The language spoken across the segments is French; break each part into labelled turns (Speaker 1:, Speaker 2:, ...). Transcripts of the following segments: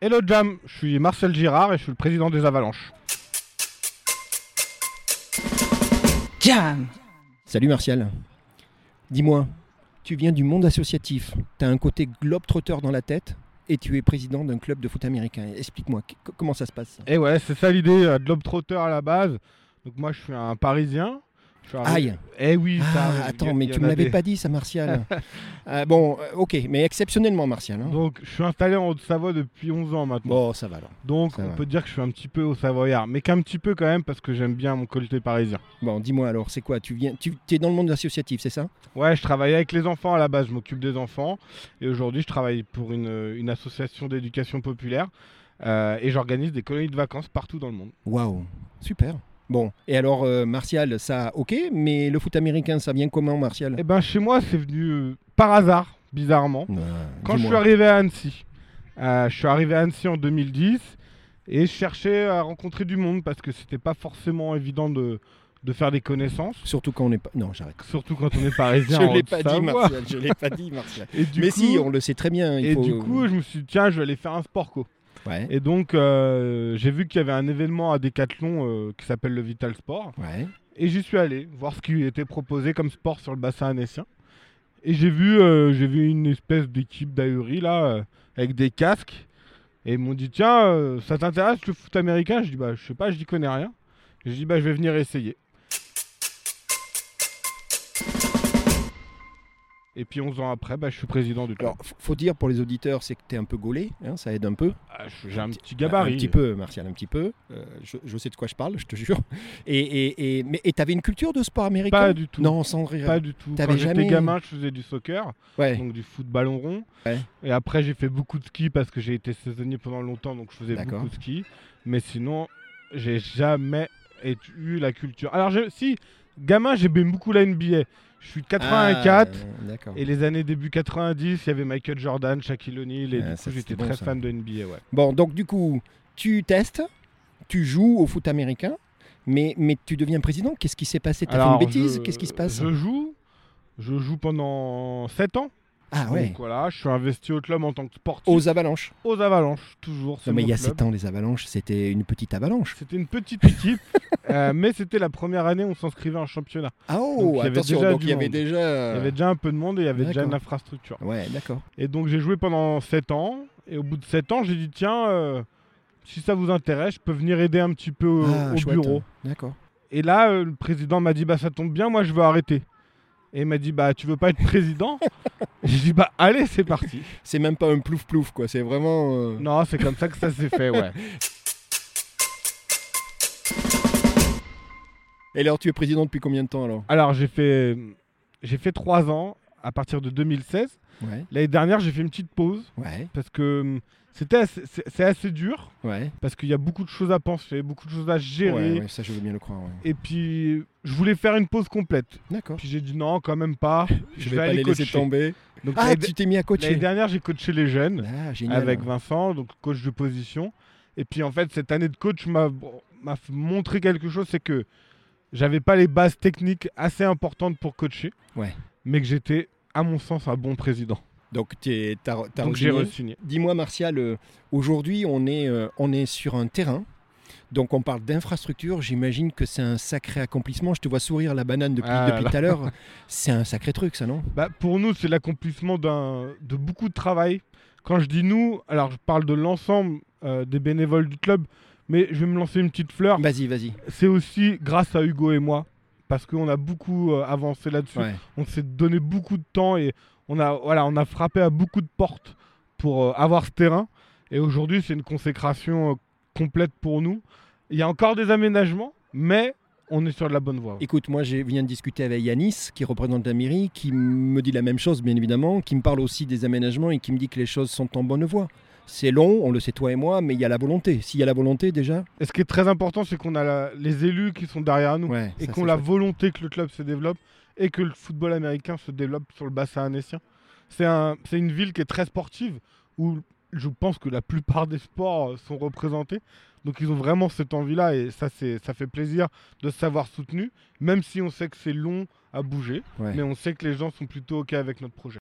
Speaker 1: Hello Jam, je suis Marcel Girard et je suis le président des Avalanches.
Speaker 2: Jam
Speaker 3: Salut Martial. Dis-moi, tu viens du monde associatif, tu as un côté globe-trotteur dans la tête et tu es président d'un club de foot américain. Explique-moi, qu- comment ça se passe ça
Speaker 1: Et ouais, c'est ça l'idée euh, de Globetrotter à la base. Donc moi, je suis un Parisien. Je suis arrivé-
Speaker 3: Aïe
Speaker 1: Eh oui, ça arrive.
Speaker 3: Ah, attends, mais
Speaker 1: Il y
Speaker 3: tu
Speaker 1: en
Speaker 3: me
Speaker 1: a
Speaker 3: l'avais
Speaker 1: des-
Speaker 3: pas dit ça, Martial. Ah, bon, euh, ok, mais exceptionnellement, Martial. hein.
Speaker 1: Donc, je suis installé en Haute-Savoie depuis 11 ans maintenant.
Speaker 3: Bon, ça va alors.
Speaker 1: Donc,
Speaker 3: ça
Speaker 1: on
Speaker 3: va.
Speaker 1: peut dire que je suis un petit peu au Savoyard, mais qu'un petit peu quand même parce que j'aime bien mon côté parisien.
Speaker 3: Bon, dis-moi alors, c'est quoi Tu viens, tu es dans le monde associatif, c'est ça
Speaker 1: Ouais, je travaillais avec les enfants à la base, je m'occupe des enfants. Et aujourd'hui, je travaille pour une, une association d'éducation populaire. euh, et j'organise des colonies de vacances partout dans le monde.
Speaker 3: Waouh, super. Bon, et alors, euh, Martial, ça, ok, mais le foot américain, ça vient comment, Martial
Speaker 1: Et ben, chez moi, c'est venu euh, par hasard, bizarrement.
Speaker 3: Ah,
Speaker 1: Eh ben, Quand je
Speaker 3: dis-moi.
Speaker 1: suis arrivé à Annecy, euh, je suis arrivé à Annecy en 2010 et je cherchais à rencontrer du monde parce que c'était pas forcément évident de, de faire des connaissances,
Speaker 3: Surtout quand on n'est pas. Non, j'arrête.
Speaker 1: surtout quand on est parisien.
Speaker 3: Je
Speaker 1: en
Speaker 3: l'ai pas dit,
Speaker 1: Haute-Savoie.
Speaker 3: Martial. Je l'ai pas dit, Martial.
Speaker 1: Et du
Speaker 3: mais
Speaker 1: coup,
Speaker 3: si, on le sait très bien. Il
Speaker 1: et
Speaker 3: faut... euh,
Speaker 1: du coup, je me suis dit, tiens, je vais aller faire un sport co.
Speaker 3: ouais,
Speaker 1: Et donc, euh, j'ai vu qu'il y avait un événement à Decathlon euh, qui s'appelle le Vital Sport.
Speaker 3: ouais.
Speaker 1: Et j'y suis allé voir ce qui était proposé comme sport sur le bassin annécien. Et j'ai vu, euh, j'ai vu une espèce d'équipe d'ahuri là, euh, avec des casques. Et ils m'ont dit Tiens, euh, ça t'intéresse le foot américain Je dis Bah, je sais pas, je n'y connais rien. Et je dis Bah, je vais venir essayer. Et puis 11 ans après, bah, je suis président du club.
Speaker 3: Alors, f- faut dire pour les auditeurs, c'est que tu es un peu gaulé, hein, ça aide un peu.
Speaker 1: Ah, je- J'ai un
Speaker 3: petit-
Speaker 1: petit gabarit.
Speaker 3: Un petit peu, Martial, un petit peu. Euh, je, je sais de quoi je parle, je te jure. Et et, et, mais- et t'avais une culture de sport américain
Speaker 1: Pas du tout.
Speaker 3: Non, sans rire.
Speaker 1: Pas du tout.
Speaker 3: T'avais
Speaker 1: Quand j'étais
Speaker 3: jamais-
Speaker 1: gamin, je faisais du soccer.
Speaker 3: Ouais.
Speaker 1: donc du foot ballon rond.
Speaker 3: Ouais.
Speaker 1: Et après, j'ai fait beaucoup de ski parce que j'ai été saisonnier pendant longtemps, donc je faisais
Speaker 3: D'accord.
Speaker 1: beaucoup de ski. Mais sinon, j'ai jamais é- eu la culture. Alors, j'ai- si, gamin, j'aimais beaucoup la NBA. Je suis de 84.
Speaker 3: Ah, D'accord.
Speaker 1: Et les années début 90, il y avait Michael Jordan, Shaquille O'Neal, et
Speaker 3: Ah,
Speaker 1: du
Speaker 3: ça,
Speaker 1: coup
Speaker 3: c'était
Speaker 1: j'étais
Speaker 3: bon,
Speaker 1: très
Speaker 3: ça.
Speaker 1: fan de NBA. Ouais.
Speaker 3: Bon, donc du coup, tu testes, tu joues au foot américain, mais, mais tu deviens président. Qu'est-ce qui s'est passé T'as fait
Speaker 1: Alors,
Speaker 3: une bêtise
Speaker 1: je-
Speaker 3: Qu'est-ce qui se passe
Speaker 1: Je joue, je joue pendant 7 ans.
Speaker 3: Ah ouais,
Speaker 1: Donc voilà, je suis investi au club en tant que sportif
Speaker 3: aux avalanches.
Speaker 1: aux Avalanches, toujours. c'est
Speaker 3: Non, mais
Speaker 1: mon
Speaker 3: il y a
Speaker 1: club.
Speaker 3: 7 ans, les avalanches, c'était une petite avalanche.
Speaker 1: C'était une petite équipe, euh, mais c'était la première année où on s'inscrivait en championnat.
Speaker 3: Ah
Speaker 1: Donc, il y
Speaker 3: oh,
Speaker 1: avait
Speaker 3: attention,
Speaker 1: déjà
Speaker 3: donc
Speaker 1: du
Speaker 3: il y avait
Speaker 1: monde.
Speaker 3: déjà...
Speaker 1: Il y avait déjà un peu de monde et il y avait déjà
Speaker 3: D'accord.
Speaker 1: une infrastructure.
Speaker 3: Ouais, d'accord.
Speaker 1: Et donc j'ai joué pendant 7 ans. Et au bout de 7 ans, j'ai dit tiens, euh, si ça vous intéresse, je peux venir aider un petit peu au,
Speaker 3: Ah,
Speaker 1: au
Speaker 3: chouette.
Speaker 1: bureau.
Speaker 3: D'accord.
Speaker 1: Et là, euh, le président m'a dit bah ça tombe bien, moi je veux arrêter. Et il m'a dit bah tu veux pas être président J'ai dit bah allez, c'est parti.
Speaker 3: C'est même pas un plouf-plouf, quoi. C'est vraiment... euh,
Speaker 1: non, c'est comme ça que ça s'est fait, ouais.
Speaker 3: Et alors, tu es président depuis combien de temps, alors
Speaker 1: Alors j'ai fait j'ai fait 3 ans à partir de 2016.
Speaker 3: Ouais,
Speaker 1: L'année dernière, j'ai fait une petite pause
Speaker 3: ouais,
Speaker 1: parce que hum, c'était assez- c'est c'est assez dur
Speaker 3: ouais.
Speaker 1: parce qu'il y a beaucoup de choses à penser, beaucoup de choses à gérer.
Speaker 3: Ouais, ouais, ça, je veux bien le croire, ouais.
Speaker 1: Et puis, je voulais faire une pause complète.
Speaker 3: D'accord.
Speaker 1: Puis j'ai dit non, quand même pas.
Speaker 3: Je vais pas les laisser
Speaker 1: coacher.
Speaker 3: tomber.
Speaker 1: Donc,
Speaker 3: Ah,
Speaker 1: l'année de-
Speaker 3: tu t'es mis à
Speaker 1: l'année
Speaker 3: coacher.
Speaker 1: dernière, j'ai coaché les jeunes
Speaker 3: Ah, génial.
Speaker 1: avec Vincent, donc coach de position. Et puis, en fait, cette année de coach m'a m'a f- montré quelque chose c'est que j'avais pas les bases techniques assez importantes pour coacher,
Speaker 3: Ouais.
Speaker 1: mais que j'étais, à mon sens, un bon président.
Speaker 3: Donc, t'es- t'as re- t'as
Speaker 1: donc, j'ai
Speaker 3: re-signé.
Speaker 1: re-signé.
Speaker 3: Dis-moi, Martial, euh, aujourd'hui, on, est, euh, on est sur un terrain. Donc, on parle d'infrastructure. J'imagine que c'est un sacré accomplissement. Je te vois sourire la banane depuis,
Speaker 1: Ah
Speaker 3: depuis
Speaker 1: là.
Speaker 3: tout à l'heure. C'est un sacré truc, ça, non
Speaker 1: Bah, pour nous, c'est l'accomplissement d'un- de beaucoup de travail. Quand je dis nous, alors je parle de l'ensemble euh, des bénévoles du club, mais je vais me lancer une petite fleur.
Speaker 3: Vas-y, vas-y.
Speaker 1: C'est aussi grâce à Hugo et moi, parce qu'on a beaucoup euh, avancé là-dessus.
Speaker 3: Ouais.
Speaker 1: On s'est donné beaucoup de temps et on a, voilà, on a frappé à beaucoup de portes pour euh, avoir ce terrain. Et aujourd'hui, c'est une consécration euh, complète pour nous. Il y a encore des aménagements, mais on est sur de la bonne voie.
Speaker 3: Écoute, moi, je viens de discuter avec Yanis, qui représente la mairie, qui me dit la même chose, bien évidemment, qui me parle aussi des aménagements et qui me dit que les choses sont en bonne voie. C'est long, on le sait toi et moi, mais il y a la volonté. S'il y a la volonté, déjà,
Speaker 1: Et ce qui est très important, c'est qu'on a la- les élus qui sont derrière nous.
Speaker 3: ouais,
Speaker 1: et
Speaker 3: ça,
Speaker 1: qu'on
Speaker 3: c'est
Speaker 1: la
Speaker 3: chouette.
Speaker 1: volonté que le club se développe et que le football américain se développe sur le bassin annécien. C'est un, c'est une ville qui est très sportive où je pense que la plupart des sports euh, sont représentés. Donc ils ont vraiment cette envie-là et ça, c'est, ça fait plaisir de se savoir soutenu, même si on sait que c'est long à bouger,
Speaker 3: Ouais.
Speaker 1: mais on sait que les gens sont plutôt OK avec notre projet.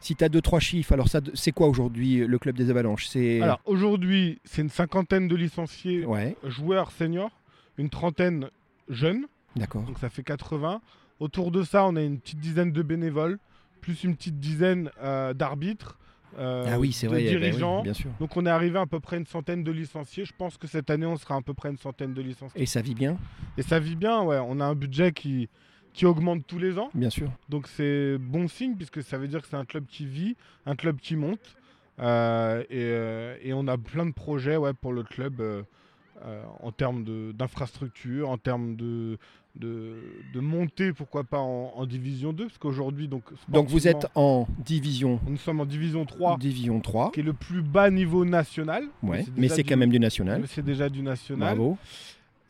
Speaker 3: Si tu as deux, trois chiffres, alors ça, c'est quoi aujourd'hui euh, le club des Avalanches C'est.
Speaker 1: Alors aujourd'hui, c'est une cinquantaine de licenciés
Speaker 3: Ouais,
Speaker 1: joueurs seniors, une trentaine jeunes,
Speaker 3: d'accord.
Speaker 1: donc ça fait 80. Autour de ça, on a une petite dizaine de bénévoles, plus une petite dizaine euh, d'arbitres, euh,
Speaker 3: ah oui, c'est
Speaker 1: de
Speaker 3: vrai. eh ben oui,
Speaker 1: dirigeants.
Speaker 3: bien sûr.
Speaker 1: Donc on est arrivé à, à peu près une centaine de licenciés. Je pense que cette année, on sera à peu près une centaine de licenciés.
Speaker 3: Et ça vit bien,
Speaker 1: Et ça vit bien, ouais. On a un budget qui, qui augmente tous les ans.
Speaker 3: bien sûr.
Speaker 1: Donc c'est bon signe puisque ça veut dire que c'est un club qui vit, un club qui monte. Euh, et, euh, et on a plein de projets ouais, pour le club euh, euh, en termes de- d'infrastructure, en termes de, de, de montée, pourquoi pas en, en division 2. Parce qu'aujourd'hui, donc,
Speaker 3: Donc vous êtes
Speaker 1: sportivement,
Speaker 3: en division,
Speaker 1: Nous sommes en division 3,
Speaker 3: division 3.
Speaker 1: qui est le plus bas niveau national.
Speaker 3: Ouais,
Speaker 1: déjà
Speaker 3: mais c'est
Speaker 1: du-
Speaker 3: quand même du national.
Speaker 1: mais c'est déjà du national.
Speaker 3: Bravo.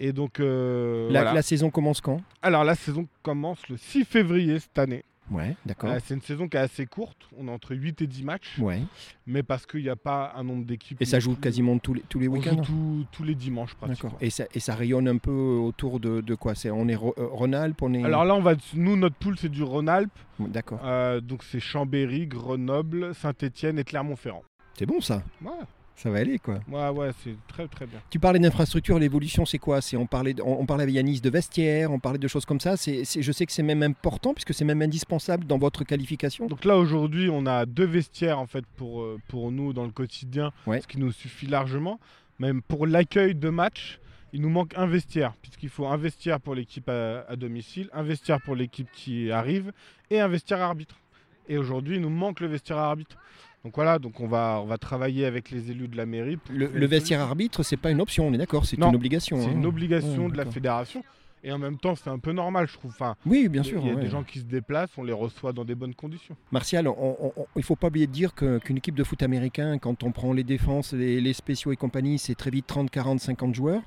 Speaker 1: Et donc, euh,
Speaker 3: la,
Speaker 1: voilà.
Speaker 3: la saison commence quand
Speaker 1: alors la saison commence le 6 février cette année.
Speaker 3: Ouais, d'accord.
Speaker 1: Euh, c'est une saison qui est assez courte. On est entre 8 et 10 matchs.
Speaker 3: Ouais.
Speaker 1: mais parce qu'il n'y a pas un nombre d'équipes.
Speaker 3: Et ça
Speaker 1: non
Speaker 3: joue
Speaker 1: plus.
Speaker 3: quasiment tous les, tous les
Speaker 1: On
Speaker 3: week-ends.
Speaker 1: joue tous- tous les dimanches pratiquement.
Speaker 3: D'accord. Et ça, et ça rayonne un peu autour de, de quoi C'est on est Ro- euh, Rhône-Alpes, on est.
Speaker 1: Alors là, on va nous notre poule c'est du Rhône-Alpes,
Speaker 3: D'accord.
Speaker 1: euh, donc c'est Chambéry, Grenoble, Saint-Étienne et Clermont-Ferrand.
Speaker 3: C'est bon ça.
Speaker 1: Ouais,
Speaker 3: Ça va aller quoi.
Speaker 1: ouais, ouais, c'est très très bien.
Speaker 3: Tu parlais d'infrastructure, l'évolution, c'est quoi C'est on parlait, de- on, on parlait avec Yanis de vestiaire, on parlait de choses comme ça. C'est, c'est- je sais que c'est même important puisque c'est même indispensable dans votre qualification.
Speaker 1: Donc là aujourd'hui, on a deux vestiaires en fait pour euh, pour nous dans le quotidien,
Speaker 3: Ouais.
Speaker 1: ce qui nous suffit largement. Même pour l'accueil de matchs, il nous manque un vestiaire puisqu'il faut un vestiaire pour l'équipe à, à domicile, un vestiaire pour l'équipe qui arrive et un vestiaire arbitre. Et aujourd'hui, il nous manque le vestiaire arbitre. Donc voilà, donc on va on va travailler avec les élus de la mairie. pour
Speaker 3: Le,
Speaker 1: trouver
Speaker 3: le
Speaker 1: une
Speaker 3: vestiaire
Speaker 1: solution.
Speaker 3: arbitre, c'est pas une option, on est d'accord C'est
Speaker 1: Non,
Speaker 3: une obligation.
Speaker 1: c'est
Speaker 3: hein.
Speaker 1: une obligation
Speaker 3: Ouais,
Speaker 1: de la
Speaker 3: d'accord.
Speaker 1: fédération. Et en même temps, c'est un peu normal, je trouve. Enfin,
Speaker 3: Oui, bien
Speaker 1: il y-
Speaker 3: sûr.
Speaker 1: il y a
Speaker 3: ouais.
Speaker 1: des gens qui se déplacent, on les reçoit dans des bonnes conditions.
Speaker 3: Martial, on- on- on- il ne faut pas oublier de dire que- qu'une équipe de foot américain, quand on prend les défenses, les, les spéciaux et compagnie, c'est très vite 30, 40, 50 joueurs.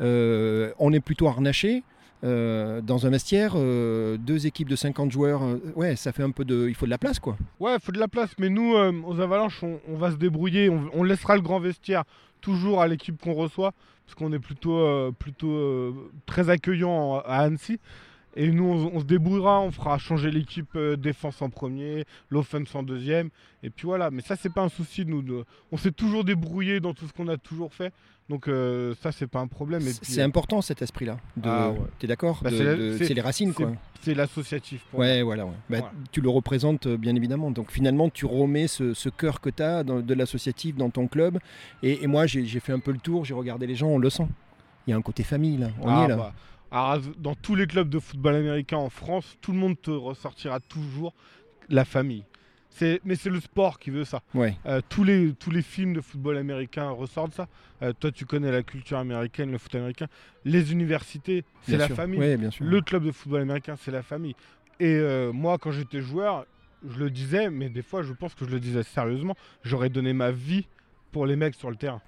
Speaker 3: Euh, on est plutôt harnaché. euh, dans un vestiaire, euh, deux équipes de 50 joueurs, euh, ouais, ça fait un peu de. Il faut de la place, quoi.
Speaker 1: Ouais, il faut de la place, mais nous, euh, aux Avalanches, on, on va se débrouiller, on, on laissera le grand vestiaire toujours à l'équipe qu'on reçoit, parce qu'on est plutôt, euh, plutôt euh, très accueillant à Annecy. Et nous, on, on se débrouillera, on fera changer l'équipe euh, défense en premier, l'offense en deuxième, et puis voilà. Mais ça, c'est pas un souci, nous. de- on s'est toujours débrouillé dans tout ce qu'on a toujours fait, donc euh, ça, c'est pas un problème. Et puis, euh,
Speaker 3: C'est important cet esprit-là. de-
Speaker 1: Ah ouais.
Speaker 3: T'es d'accord
Speaker 1: Bah,
Speaker 3: De-
Speaker 1: c'est la-
Speaker 3: de-
Speaker 1: c'est-
Speaker 3: C'est les racines, quoi.
Speaker 1: euh, c'est l'associatif pour
Speaker 3: Ouais, voilà. ouais. Bah,
Speaker 1: Voilà.
Speaker 3: Tu le représentes euh, bien évidemment. Donc finalement, tu remets ce, ce cœur que tu as de l'associatif dans ton club. Et, et moi, j'ai j'ai fait un peu le tour, j'ai regardé les gens, on le sent. Il y a un côté famille là. On y
Speaker 1: Ah,
Speaker 3: est là.
Speaker 1: bah, alors, dans tous les clubs de football américain en France, tout le monde te ressortira toujours la famille. C'est, mais c'est le sport qui veut ça.
Speaker 3: Ouais.
Speaker 1: Euh, tous, les, tous les films de football américain ressortent ça. Euh, toi, tu connais la culture américaine, le foot américain. Les universités, c'est
Speaker 3: bien
Speaker 1: la
Speaker 3: sûr.
Speaker 1: famille.
Speaker 3: Ouais, bien sûr.
Speaker 1: Le club de football américain, c'est la famille. Et euh, moi, quand j'étais joueur, je le disais, mais des fois, je pense que je le disais sérieusement, j'aurais donné ma vie pour les mecs sur le terrain.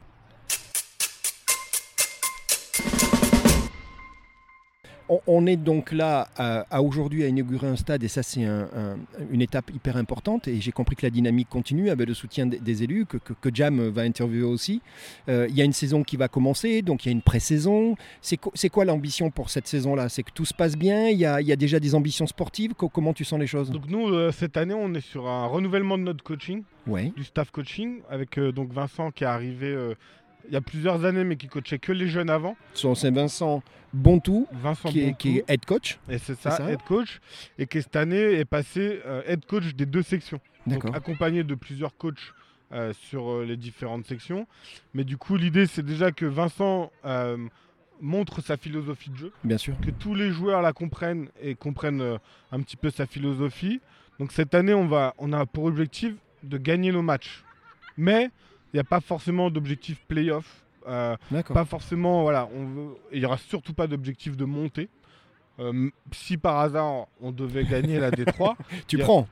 Speaker 3: On, on est donc là à, à aujourd'hui à inaugurer un stade et ça c'est un- un- une étape hyper importante et j'ai compris que la dynamique continue avec le soutien des, des élus que, que- que Jam va interviewer aussi. Euh, Il y a une saison qui va commencer donc il y a une pré-saison. C'est co- c'est quoi l'ambition pour cette saison-là C'est que tout se passe bien Il y a, il y a déjà des ambitions sportives Co- Comment tu sens les choses
Speaker 1: Donc, nous, euh, cette année, on est sur un renouvellement de notre coaching.
Speaker 3: Ouais,
Speaker 1: du staff coaching avec euh, donc Vincent qui est arrivé euh, il y a plusieurs années mais qui coachait que les jeunes avant.
Speaker 3: son Saint-Vincent Bontou
Speaker 1: Vincent
Speaker 3: qui est, qui est
Speaker 1: Bontou,
Speaker 3: head coach.
Speaker 1: et c'est ça,
Speaker 3: c'est ça
Speaker 1: head coach et qui cette année est passé euh, head coach des deux sections. Donc
Speaker 3: D'accord.
Speaker 1: accompagné de plusieurs coachs euh, sur euh, les différentes sections. Mais du coup l'idée c'est déjà que Vincent euh, montre sa philosophie de jeu,
Speaker 3: Bien sûr.
Speaker 1: que tous les joueurs la comprennent et comprennent euh, un petit peu sa philosophie. Donc cette année on va on a pour objectif de gagner nos matchs. Mais il n'y a pas forcément d'objectif playoff. Euh,
Speaker 3: D'accord.
Speaker 1: pas forcément, voilà, on veut- il n'y aura surtout pas d'objectif de montée. Euh, si par hasard on devait gagner la D3,
Speaker 3: Tu
Speaker 1: y a-
Speaker 3: prends.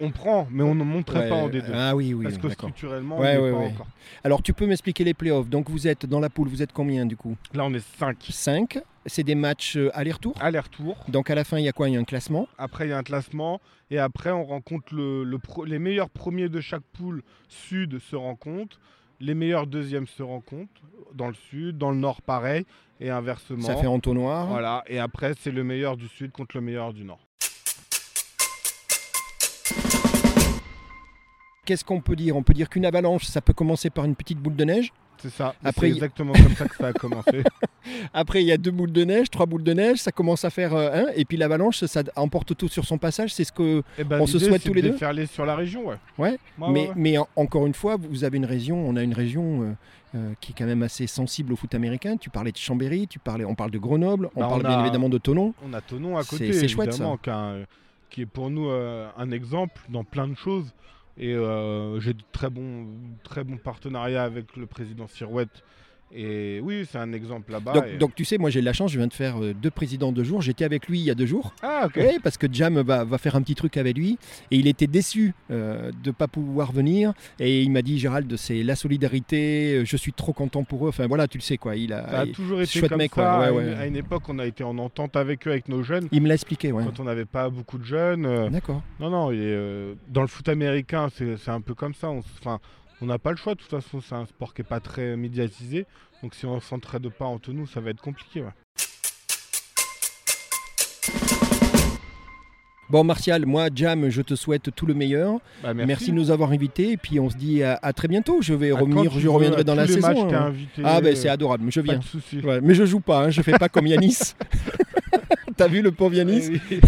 Speaker 1: on prend, mais on ne monterait pas en
Speaker 3: Ouais,
Speaker 1: D2.
Speaker 3: Ah oui, oui.
Speaker 1: parce que
Speaker 3: d'accord.
Speaker 1: structurellement,
Speaker 3: Ouais,
Speaker 1: on n'est
Speaker 3: ouais,
Speaker 1: pas
Speaker 3: ouais.
Speaker 1: encore.
Speaker 3: Alors tu peux m'expliquer les playoffs. Donc vous êtes dans la poule, vous êtes combien du coup
Speaker 1: Là, on est 5.
Speaker 3: 5. C'est des matchs euh, aller-retour.
Speaker 1: Aller-retour.
Speaker 3: Donc à la fin, il y a quoi Il y a un classement.
Speaker 1: Après, il y a un classement. Et après, on rencontre le, le pro- les meilleurs premiers de chaque poule sud se rencontrent. Les meilleurs deuxièmes se rencontrent dans le sud, dans le nord, pareil. Et inversement.
Speaker 3: Ça fait hein. en tonnoir.
Speaker 1: Voilà, et après, c'est le meilleur du sud contre le meilleur du nord.
Speaker 3: Qu'est-ce qu'on peut dire On peut dire qu'une avalanche, ça peut commencer par une petite boule de neige.
Speaker 1: C'est ça.
Speaker 3: Après,
Speaker 1: Après,
Speaker 3: il-
Speaker 1: c'est exactement comme ça que ça a commencé.
Speaker 3: Après, il y a deux boules de neige, trois boules de neige, ça commence à faire euh, un. Et puis l'avalanche, ça emporte tout sur son passage. C'est ce que.
Speaker 1: Et ben,
Speaker 3: On se
Speaker 1: l'idée,
Speaker 3: souhaite
Speaker 1: c'est
Speaker 3: tous les
Speaker 1: de
Speaker 3: deux
Speaker 1: déferler sur la région, ouais.
Speaker 3: Ouais,
Speaker 1: Ouais,
Speaker 3: mais
Speaker 1: ouais, ouais.
Speaker 3: mais en- encore une fois, vous avez une région, on a une région euh, euh, qui est quand même assez sensible au foot américain. Tu parlais de Chambéry, tu parlais, on parle de Grenoble, on
Speaker 1: Bah,
Speaker 3: parle
Speaker 1: on
Speaker 3: bien
Speaker 1: a-
Speaker 3: évidemment de Tonon.
Speaker 1: On a Tonon à
Speaker 3: C'est-
Speaker 1: côté,
Speaker 3: c'est chouette, ça.
Speaker 1: évidemment, qu'un- euh, qui est pour nous euh, un exemple dans plein de choses. Et euh, j'ai de très bons, très bons partenariats avec le président Sirouette. Et oui, c'est un exemple là-bas.
Speaker 3: donc,
Speaker 1: et-
Speaker 3: donc, tu sais, moi j'ai de la chance, je viens de faire euh, deux présidents deux jours. J'étais avec lui il y a deux jours.
Speaker 1: Ah, ok.
Speaker 3: Oui, parce que Jam va, va faire un petit truc avec lui. Et il était déçu euh, de ne pas pouvoir venir. Et il m'a dit, Gérald, c'est la solidarité, euh, je suis trop content pour eux. Enfin voilà, tu le sais quoi. Il, a,
Speaker 1: Ça a
Speaker 3: il,
Speaker 1: toujours été
Speaker 3: chouette
Speaker 1: comme
Speaker 3: mec,
Speaker 1: ça.
Speaker 3: ouais,
Speaker 1: à,
Speaker 3: ouais,
Speaker 1: une,
Speaker 3: ouais.
Speaker 1: à une époque, on a été en entente avec eux, avec nos jeunes.
Speaker 3: il me l'a expliqué, ouais.
Speaker 1: Quand on n'avait pas beaucoup de jeunes. euh,
Speaker 3: D'accord.
Speaker 1: Non, non, et, euh, dans le foot américain, c'est c'est un peu comme ça. On s- 'fin, on n'a pas le choix, de toute façon, c'est un sport qui n'est pas très médiatisé. Donc si on s'entraide pas entre nous, ça va être compliqué. ouais.
Speaker 3: Bon, Martial, moi, Jam, je te souhaite tout le meilleur.
Speaker 1: Bah,
Speaker 3: Merci, de nous avoir invités. Et puis on se dit à, à très bientôt. Je vais
Speaker 1: À Ah, quand
Speaker 3: revenir,
Speaker 1: tu
Speaker 3: je
Speaker 1: veux,
Speaker 3: reviendrai
Speaker 1: à
Speaker 3: dans
Speaker 1: tous
Speaker 3: la
Speaker 1: les matchs,
Speaker 3: saison.
Speaker 1: t'es
Speaker 3: hein.
Speaker 1: invité,
Speaker 3: Ah ben
Speaker 1: euh,
Speaker 3: c'est adorable, mais je
Speaker 1: Pas
Speaker 3: viens.
Speaker 1: de souci.
Speaker 3: Ouais, mais je joue pas, hein, je fais pas comme Yanis. T'as vu le pauvre Yanis
Speaker 1: Eh oui.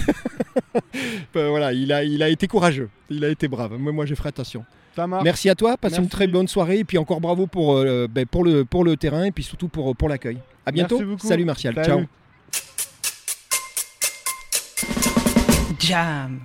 Speaker 3: Ben Voilà, il a, il a été courageux, il a été brave. Moi, moi je ferai attention.
Speaker 1: Ça marche.
Speaker 3: Merci à toi, passe une
Speaker 1: Merci.
Speaker 3: très bonne soirée et puis encore bravo pour, euh, ben, pour, le, pour le terrain et puis surtout pour, pour l'accueil. À bientôt.
Speaker 1: Merci beaucoup.
Speaker 3: Salut Martial.
Speaker 1: Salut.
Speaker 3: Ciao.
Speaker 2: Jam.